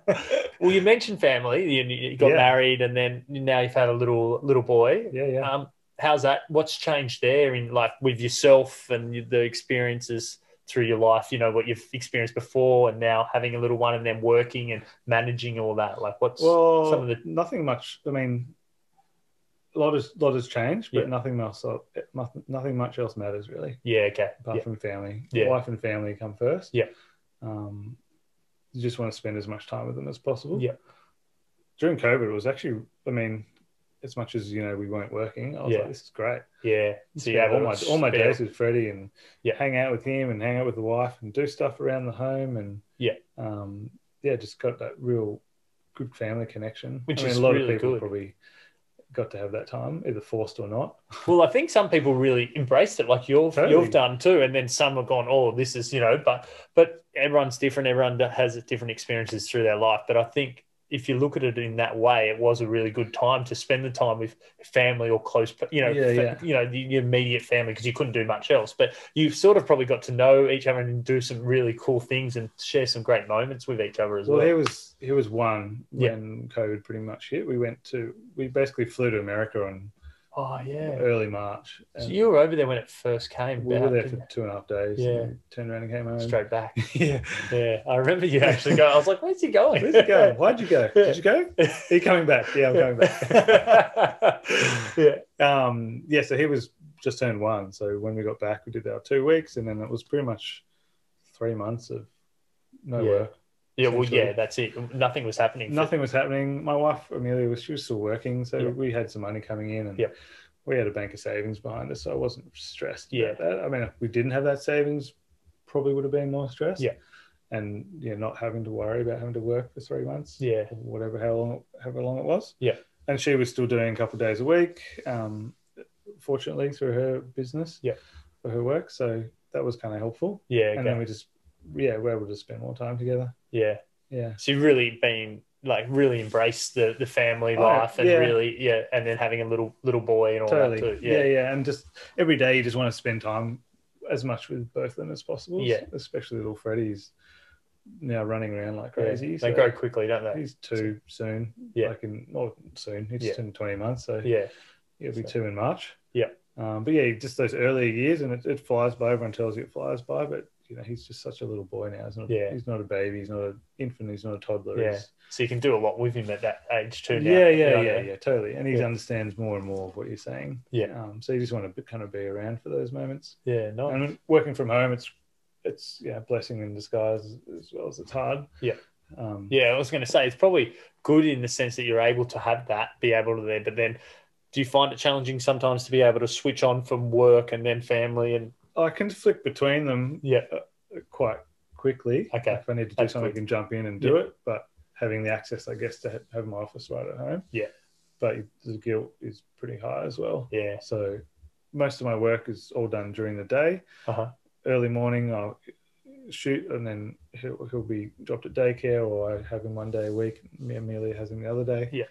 well, you mentioned family. You, you got Yeah. married, and then now you've had a little little boy. yeah. Um, how's that? What's changed there in like with yourself and you- the experiences through your life? You know what you've experienced before, and now having a little one, and then working and managing all that. Like, what's well, some of the- nothing much. I mean, a lot has lot has changed, but Yeah. nothing else. nothing- Nothing much else matters really. yeah, okay, apart yeah, from family. Yeah. Wife and family come first. Yeah. Um, you just want to spend as much time with them as possible. Yeah. During COVID, it was actually, I mean, as much as you know, we weren't working. I was Yeah. like, this is great. yeah. So you have all my all my spare- days with Freddie and Yeah. hang out with him and hang out with the wife and do stuff around the home and Yeah. um, yeah, just got that real good family connection. Which I mean, is a lot really of people good. probably got to have that time, either forced or not. Well, I think some people really embraced it, like you've Totally. you've done too, and then some have gone, "Oh, this is you know," but but everyone's different. Everyone has different experiences through their life. But I think if you look at it in that way, it was a really good time to spend the time with family or close, you know, Yeah, fa- yeah. you know, the your immediate family because you couldn't do much else. But you've sort of probably got to know each other and do some really cool things and share some great moments with each other as well. Well, he was he was one Yeah. when COVID pretty much hit. We went to we basically flew to America on oh yeah. early March. So And you were over there when it first came. we were back, there didn't for two and a half days. Yeah. and turned around and came home. you? straight back. yeah. Yeah, I remember you actually going. I was like, "Where's he going? Where's you going? Why'd you go? Did you go? Are you coming back? Yeah, I'm coming back. yeah, Um, yeah, so he was just turned one. So when we got back, we did our two weeks, and then it was pretty much three months of no Yeah. work. yeah. Well, Essentially. yeah, that's it. Nothing was happening. for- nothing was happening. My wife Amelia was she was still working, so Yeah. we had some money coming in, and Yeah. we had a bank of savings behind us, so I wasn't stressed Yeah. about that. I mean, if we didn't have that savings, probably would have been more stressed. Yeah. and yeah, not having to worry about having to work for three months, Yeah, or whatever how long however long it was. Yeah. and she was still doing a couple of days a week, um, fortunately through her business. Yeah. for her work, so that was kind of helpful. yeah, And then okay. we just yeah, we're able to spend more time together. yeah. Yeah. So you've really been like really embraced the the family Oh, life and yeah. really yeah, and then having a little little boy and all totally. that too. Yeah. yeah, and just every day you just want to spend time as much with both of them as possible. Yeah. especially little Freddy's now running around like Yeah. crazy. They so grow quickly, don't they? He's two soon. Yeah. like in well soon. He's Yeah. turned twenty months, so Yeah, he'll be So- two in March. Yeah. um, but yeah, just those earlier years, and it, it flies by. Everyone tells you it flies by, but you know he's just such a little boy now. He's not, Yeah. he's not a baby. He's not an infant. He's not a toddler. Yeah. he's- so you can do a lot with him at that age too. Now. yeah, yeah, You know what I yeah, mean? yeah, totally. And he Yeah. understands more and more of what you're saying. Yeah. Um, so you just want to kind of be around for those moments. yeah. Nice. And working from home, it's it's yeah, a blessing in disguise as well as it's hard. Yeah. Um, Yeah, I was going to say it's probably good in the sense that you're able to have that, be able to there, but then do you find it challenging sometimes to be able to switch on from work and then family and I can flick between them yeah quite quickly. Okay. If I need to do That's something, good. I can jump in and do it. But having the access, I guess, to ha- have my office right at home. Yeah. But the guilt is pretty high as well. yeah So most of my work is all done during the day. Uh-huh. Early morning, I'll shoot and then he'll, he'll be dropped at daycare or I have him one day a week. Me Amelia has him the other day. Yeah.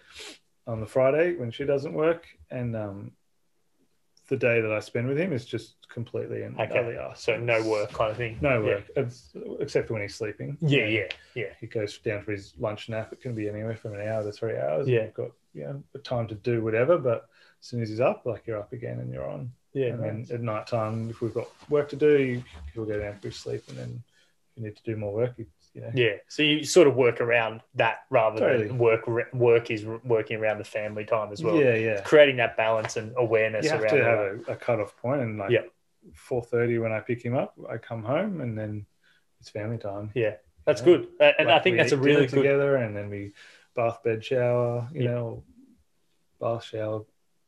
On the Friday when she doesn't work. And um, the day that I spend with him is just completely and Okay. utterly us. so no work kind of thing No work, It's- except for when he's sleeping. yeah You know, yeah yeah He goes down for his lunch nap. It can be anywhere from an hour to three hours. Yeah. You've got you know, time to do whatever, but as soon as he's up, like you're up again and you're on. yeah, and then at night time, if we've got work to do, he'll go down for his sleep. And then if you need to do more work, you, you know. yeah. So you sort of work around that rather Totally. than work. re- Work is re- working around the family time as well. yeah, yeah. Creating that balance and awareness You have around to all have that. a, a cut-off point and like Yeah. 4.30 when I pick him up, I come home and then it's family time. That's Yeah. good, Uh, and I Like, think we that's a eat dinner really good. together, and then we bath, bed, shower. You Yeah. know, bath, shower,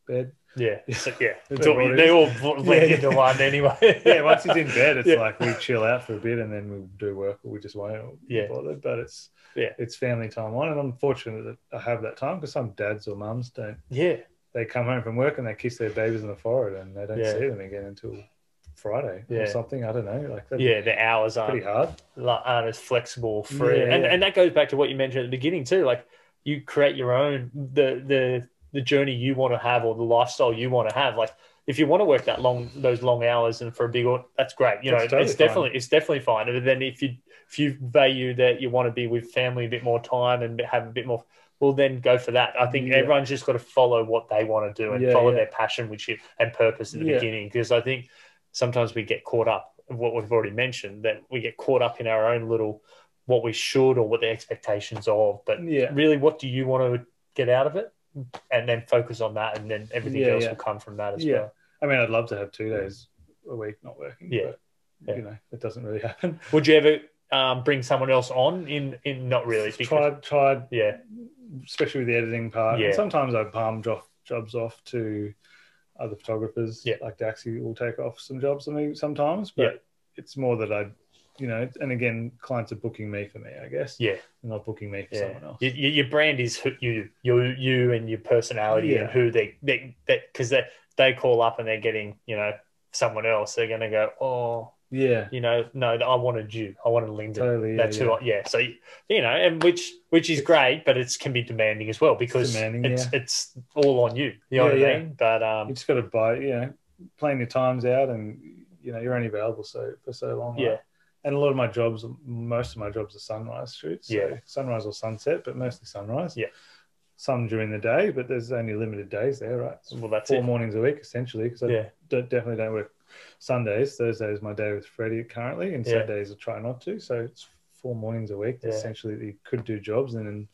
bed. Yeah, so, yeah. It's Yeah. all, they all blend Yeah. into one anyway. Yeah, once he's in bed, it's Yeah. like we chill out for a bit, and then we do work, or we just won't Yeah. be bothered. But it's Yeah. it's family time on, and I'm fortunate that I have that time because some dads or mums don't. yeah, They come home from work and they kiss their babies in the forehead, and they don't Yeah. see them again until Friday Yeah. or something. I don't know, like that's yeah. The hours aren't pretty hard. like, aren't as flexible, free, Yeah, and yeah. and that goes back to what you mentioned at the beginning too. Like you create your own the the the journey you want to have or the lifestyle you want to have. Like if you want to work that long those long hours and for a big or- that's great. You know, That's totally it's fine. definitely it's definitely fine. But then if you if you value that you want to be with family a bit more time and have a bit more. Well, then go for that. I think Yeah. everyone's just got to follow what they want to do and Yeah, follow yeah. their passion, which you, and purpose at the Yeah. beginning. Because I think sometimes we get caught up in what we've already mentioned that we get caught up in our own little what we should or what the expectations of but Yeah, really what do you want to get out of it and then focus on that and then everything Yeah, else yeah. will come from that as Yeah. well I mean, I'd love to have two days a week not working. Yeah. but, Yeah. you know, it doesn't really happen. would you ever um, bring someone else on in in not really because, tried tried yeah especially with the editing part. Yeah. And sometimes I palm job, jobs off to other photographers. Yeah. Like Daxi will take off some jobs on me sometimes, but Yeah. it's more that I, you know, and again, clients are booking me for me, I guess. Yeah. They're not booking me for yeah. someone else. Y- y- your brand is who you you you and your personality and Yeah. who they they because they, they call up and they're getting you know someone else they're gonna go oh Yeah. you know no I wanted you I wanted Linda Totally. Yeah, That's yeah. who, I, yeah. So you know, and which which is great, but it's can be demanding as well because Demanding, it's it's all on you. You know Yeah, what I yeah. mean? But um, you just got to buy, you know, plan your times out and, you know, you're only available so for so long. right? Yeah. And a lot of my jobs, most of my jobs are sunrise shoots. So Yeah. Sunrise or sunset, but mostly sunrise. Yeah. Some during the day, but there's only limited days there, right? It's well, that's four it. mornings a week, essentially, because I Yeah, don't, definitely don't work Sundays. Thursday is my day with Freddie currently, and Yeah. Saturdays I try not to. So it's four mornings a week, that Yeah. essentially, that you could do jobs. And then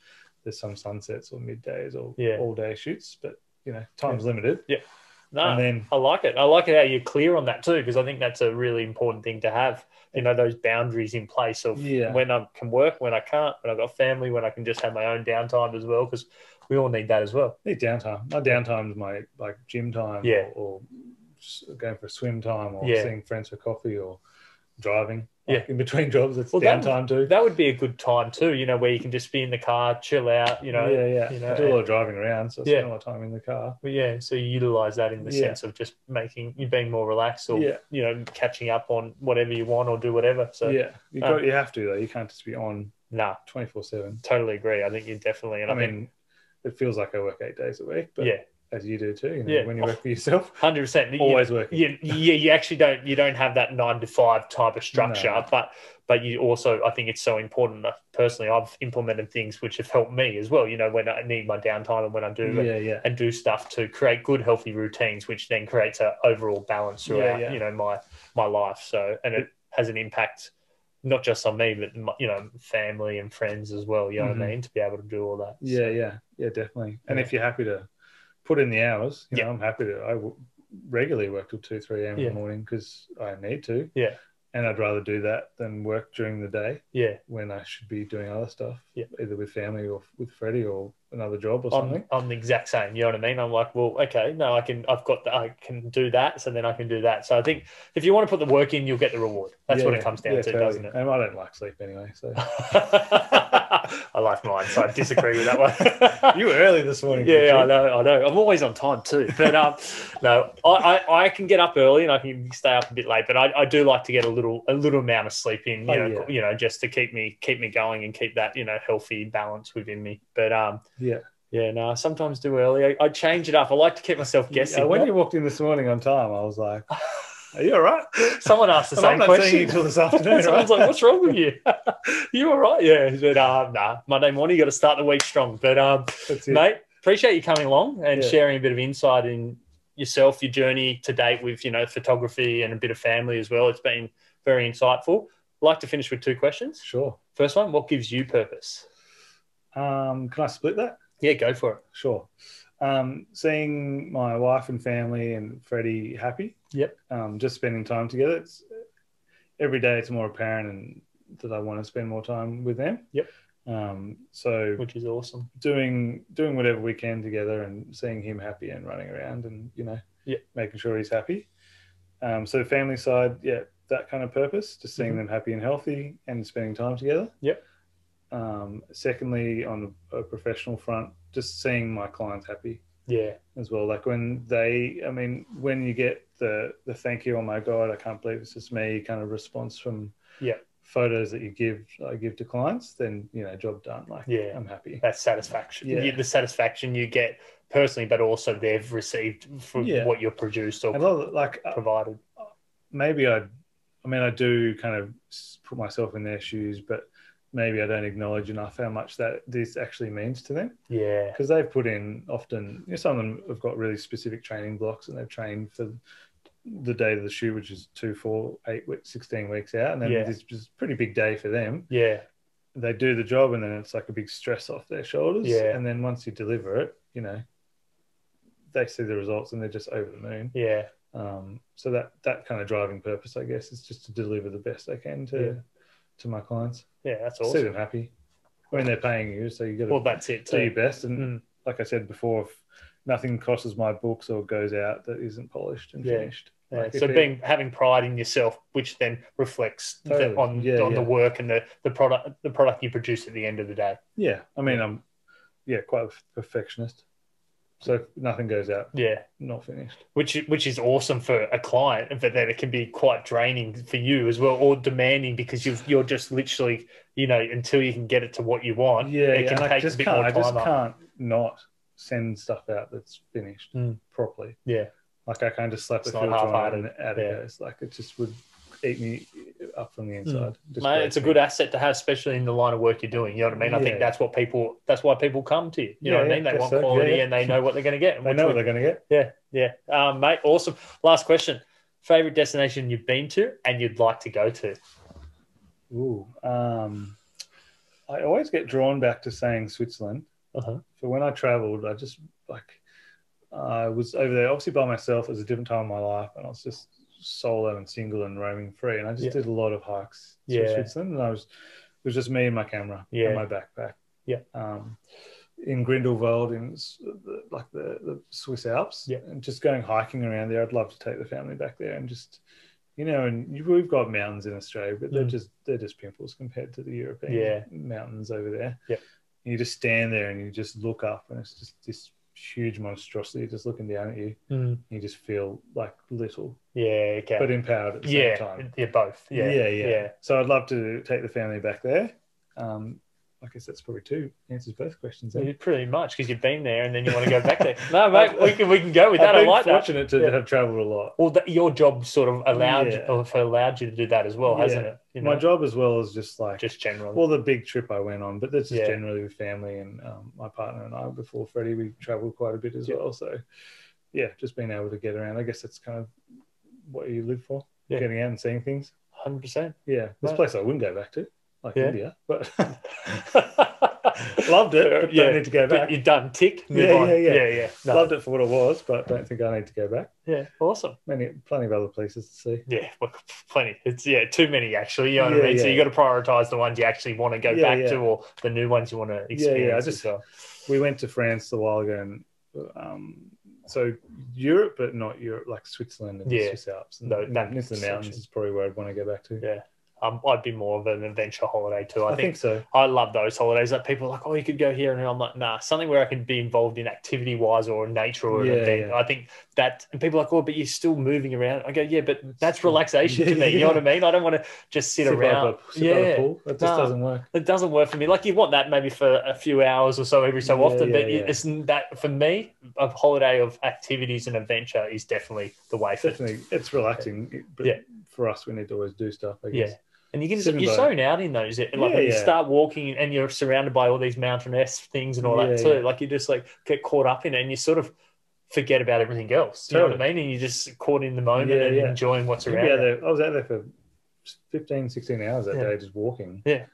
there's some sunsets or middays or Yeah. all day shoots, but, you know, time's limited. no, And then I like it. I like it how you're clear on that too, because I think that's a really important thing to have. You know, those boundaries in place of Yeah. when I can work, when I can't, when I've got family, when I can just have my own downtime as well, because we all need that as well. need downtime. My downtime's my like gym time, Yeah. or, or s- going for a swim time, or Yeah. seeing friends for coffee, or driving. Yeah. in between jobs, it's Well, that- downtime too. That would be a good time too. You know, where you can just be in the car, chill out. You know, yeah, yeah. you know, I do a lot of driving around, so I Yeah. spend a lot of time in the car. But yeah, so you utilize that in the Yeah. sense of just making you being more relaxed or Yeah. you know catching up on whatever you want or do whatever. So yeah, you uh, got you have to though. You can't just be on nah, twenty four seven. totally agree. I think you definitely, and I I, think mean, it feels like I work eight days a week, but yeah, as you do too. You know, Yeah. when you work for yourself, hundred percent. always working. You, yeah, you actually don't you don't have that nine to five type of structure, No. but but you also I think it's so important. Personally, I've implemented things which have helped me as well. You know, when I need my downtime and when I do and Yeah, yeah. and do stuff to create good healthy routines which then creates a overall balance throughout Yeah, yeah. you know my my life so and it has an impact not just on me but my, you know family and friends as well you know what Mhm. i mean to be able to do all that Yeah, yeah, yeah, definitely. And Yeah. if you're happy to put in the hours, you Yeah. know, I'm happy to. I w- regularly work till two, three a.m. in Yeah. the morning because I need to. Yeah. and I'd rather do that than work during the day yeah when I should be doing other stuff. Yeah. either with family or with Freddie or another job or I'm, something. I'm the exact same. You know what I mean? I'm like, well, okay, no, I can, I've got that, I can do that, so then I can do that. So I think if you want to put the work in, you'll get the reward. That's Yeah, what yeah. it comes down Yeah, to, totally. doesn't it? And I don't like sleep anyway. So I like mine, so I disagree with that one. you were early this morning. Yeah, I know, I know. I'm always on time too. But um, no, I, I, I can get up early and I can stay up a bit late, but I, I do like to get a little a little amount of sleep in, you know, Oh, yeah. you know, just to keep me keep me going and keep that you know healthy balance within me. But um, Yeah. yeah, no, I sometimes do early. I, I change it up. I like to keep myself guessing. Yeah, when Not- you walked in this morning on time, I was like, "Are you all right?" someone asked the And I'm same not seeing you question. till this afternoon. Someone's right? like, "What's wrong with you? you all right? Yeah, but um, nah, Monday morning, you got to start the week strong. But um, That's it. mate. Appreciate you coming along and Yeah. sharing a bit of insight in yourself, your journey to date with you know photography and a bit of family as well. It's been very insightful. I'd like to finish with two questions. Sure. First one: What gives you purpose? Um, can I split that? Yeah, go for it. Sure. Um, seeing my wife and family and Freddie happy. Yep. Um, just spending time together. It's, every day, it's more apparent and that I want to spend more time with them. Yep. Um, so Which is awesome. doing doing whatever we can together and seeing him happy and running around and you know Yeah. making sure he's happy um, so family side yeah that kind of purpose just seeing them happy and healthy and spending time together Mm-hmm. Yep. um, secondly on a professional front just seeing my clients happy Yeah, as well like when they i mean when you get the the thank you oh my god i can't believe it's just me kind of response from Yeah. photos that you give i give to clients then you know job done like Yeah. i'm happy that satisfaction. Yeah. You- the satisfaction you get personally, but also they've received from Yeah. what you're produced or And a lot of, like uh, provided. maybe I, I mean, I do kind of s- put myself in their shoes, but maybe I don't acknowledge enough how much that this actually means to them Yeah, because they've put in often. You know, some of them have got really specific training blocks and they've trained for the day of the shoot, which is two, four, eight, we- 16 weeks out, and then Yeah. this is a pretty big day for them. yeah, They do the job, and then it's like a big stress off their shoulders. Yeah. and then once you deliver it, you know. They see the results and they're just over the moon yeah. um, so that that kind of driving purpose i guess is just to deliver the best i can to Yeah. to my clients Yeah, that's see awesome. them happy i mean they're paying you so you got to Well, that's it do your too. best and Mm. like i said before if nothing crosses my books or goes out that isn't polished and Yeah. finished Yeah, Like, so if it- being having pride in yourself, which then reflects the- Totally. on Yeah, on the yeah. work and the, the product the product you produce at the end of the day. yeah i mean i'm yeah quite a perfectionist so if nothing goes out Yeah, not finished which which is awesome for a client, but then it can be quite draining for you as well, or demanding because you you're just literally you know until you can get it to what you want. yeah, it yeah, can and i take just a bit can't more i time. just up. can't not send stuff out that's finished Mm. properly Yeah, Like I can't just slap It's a not filter on half-hearted. and Yeah. out Hmm. it goes. Like it just would eat me up from the inside. Just Mate, it's a break good asset to have, especially in the line of work you're doing. You know what I mean? I Yeah. think that's what people that's why people come to you. You know what Yeah, I yeah, mean? They guess want so. Yeah, quality yeah. and they know what they're going to get. and me. They which know one- what they're going to get. Yeah, yeah, um, mate. Awesome. Last question: Favorite destination you've been to and you'd like to go to? Ooh. Um, I always get drawn back to saying Switzerland. Uh-huh. So when I travelled, I just like I was over there, obviously by myself. It was a different time in my life, and I was just solo and single and roaming free. And I just Yeah. did a lot of hikes through Yeah. Switzerland, and I was it was just me and my camera Yeah. and my backpack. Yeah. Um, in Grindelwald, in s- the, like the, the Swiss Alps, Yeah. and just going hiking around there. I'd love to take the family back there and just, you know, and you, we've got mountains in Australia, but they're Mm. just they're just pimples compared to the European Yeah. mountains over there. Yep. And you just stand there and you just look up, and it's just this huge monstrosity just looking down at you. You just feel like little, Hmm. Yeah, okay. but empowered at the yeah, same time. yeah, both. Yeah, yeah, yeah, So I'd love to take the family back there. Um, I guess that's probably two answers both questions. eh? Yeah, Pretty much because you've been there and then you want to go back there. No, mate, we can we can go with that. I've I been like that. fortunate to Yeah. have traveled a lot. Well, that, your job sort of allowed Yeah. or allowed you to do that as well, hasn't Yeah. it? You My job as well is just like just generally. well the big trip I went on, but this is Yeah. generally with family and um, my partner and I. Before Freddie, we travelled quite a bit as Yeah. well. So yeah, just being able to get around. I guess that's kind of what you live for: Yeah. getting out and seeing things. Hundred percent. Yeah, this Right. place I wouldn't go back to, like Yeah. India, but Loved it. But yeah. don't need to go But back. You're done. Tick. Move Yeah, on. yeah, yeah. yeah, yeah. No. Loved it for what it was, but don't think I need to go back. Yeah. Awesome. Many, plenty of other places to see. Yeah. Well, plenty. It's yeah, too many actually. You know what Yeah, I mean. So yeah. you got to prioritize the ones you actually want to go Yeah, back yeah. to, or the new ones you want to experience. Yeah, just- We went to France a while ago, and um, so Europe, but not Europe, like Switzerland and the Yeah. Swiss Alps. No, and that this the section. mountains is probably where I'd want to go back to. Yeah. Um, I'd be more of an adventure holiday too. I, I, think, think, so. I love those holidays that people are like, oh, you could go here, and I'm like, nah, something where I can be involved in activity wise or nature or Yeah, an event. yeah. I think that, and people are like, oh, but you're still moving around. I go, yeah, but That's that's, true. relaxation Yeah, to me. yeah, You know what I yeah. mean? I don't want to just sit, Sit by around. the- sit by the Yeah. pool. That just No. doesn't work. It doesn't work for me. Like you want that maybe for a few hours or so every so Yeah, often, yeah, but yeah. it it's that for me. A holiday of activities and adventure is definitely the way for. Definitely, it's relaxing. But Yeah. for us, we need to always do stuff. I guess. And you can Sitting you're by- zone out in those. Like Yeah, when you yeah. start walking and you're surrounded by all these mountainous things and all that Yeah, too. yeah. Like you just like get caught up in it and you sort of forget about everything else. You know what I mean? And you're just caught in the moment Yeah, and yeah. enjoying what's Maybe around. out you. there, I was out there for 15, 16 hours that Yeah. day just walking. Yeah.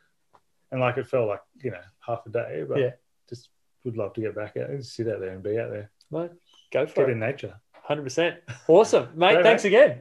And like it felt like, you know, half a day, but Yeah. just would love to get back out and sit out there and be out there. Well, Go Get for it. in nature. Hundred percent. Awesome, mate. Great, thanks again.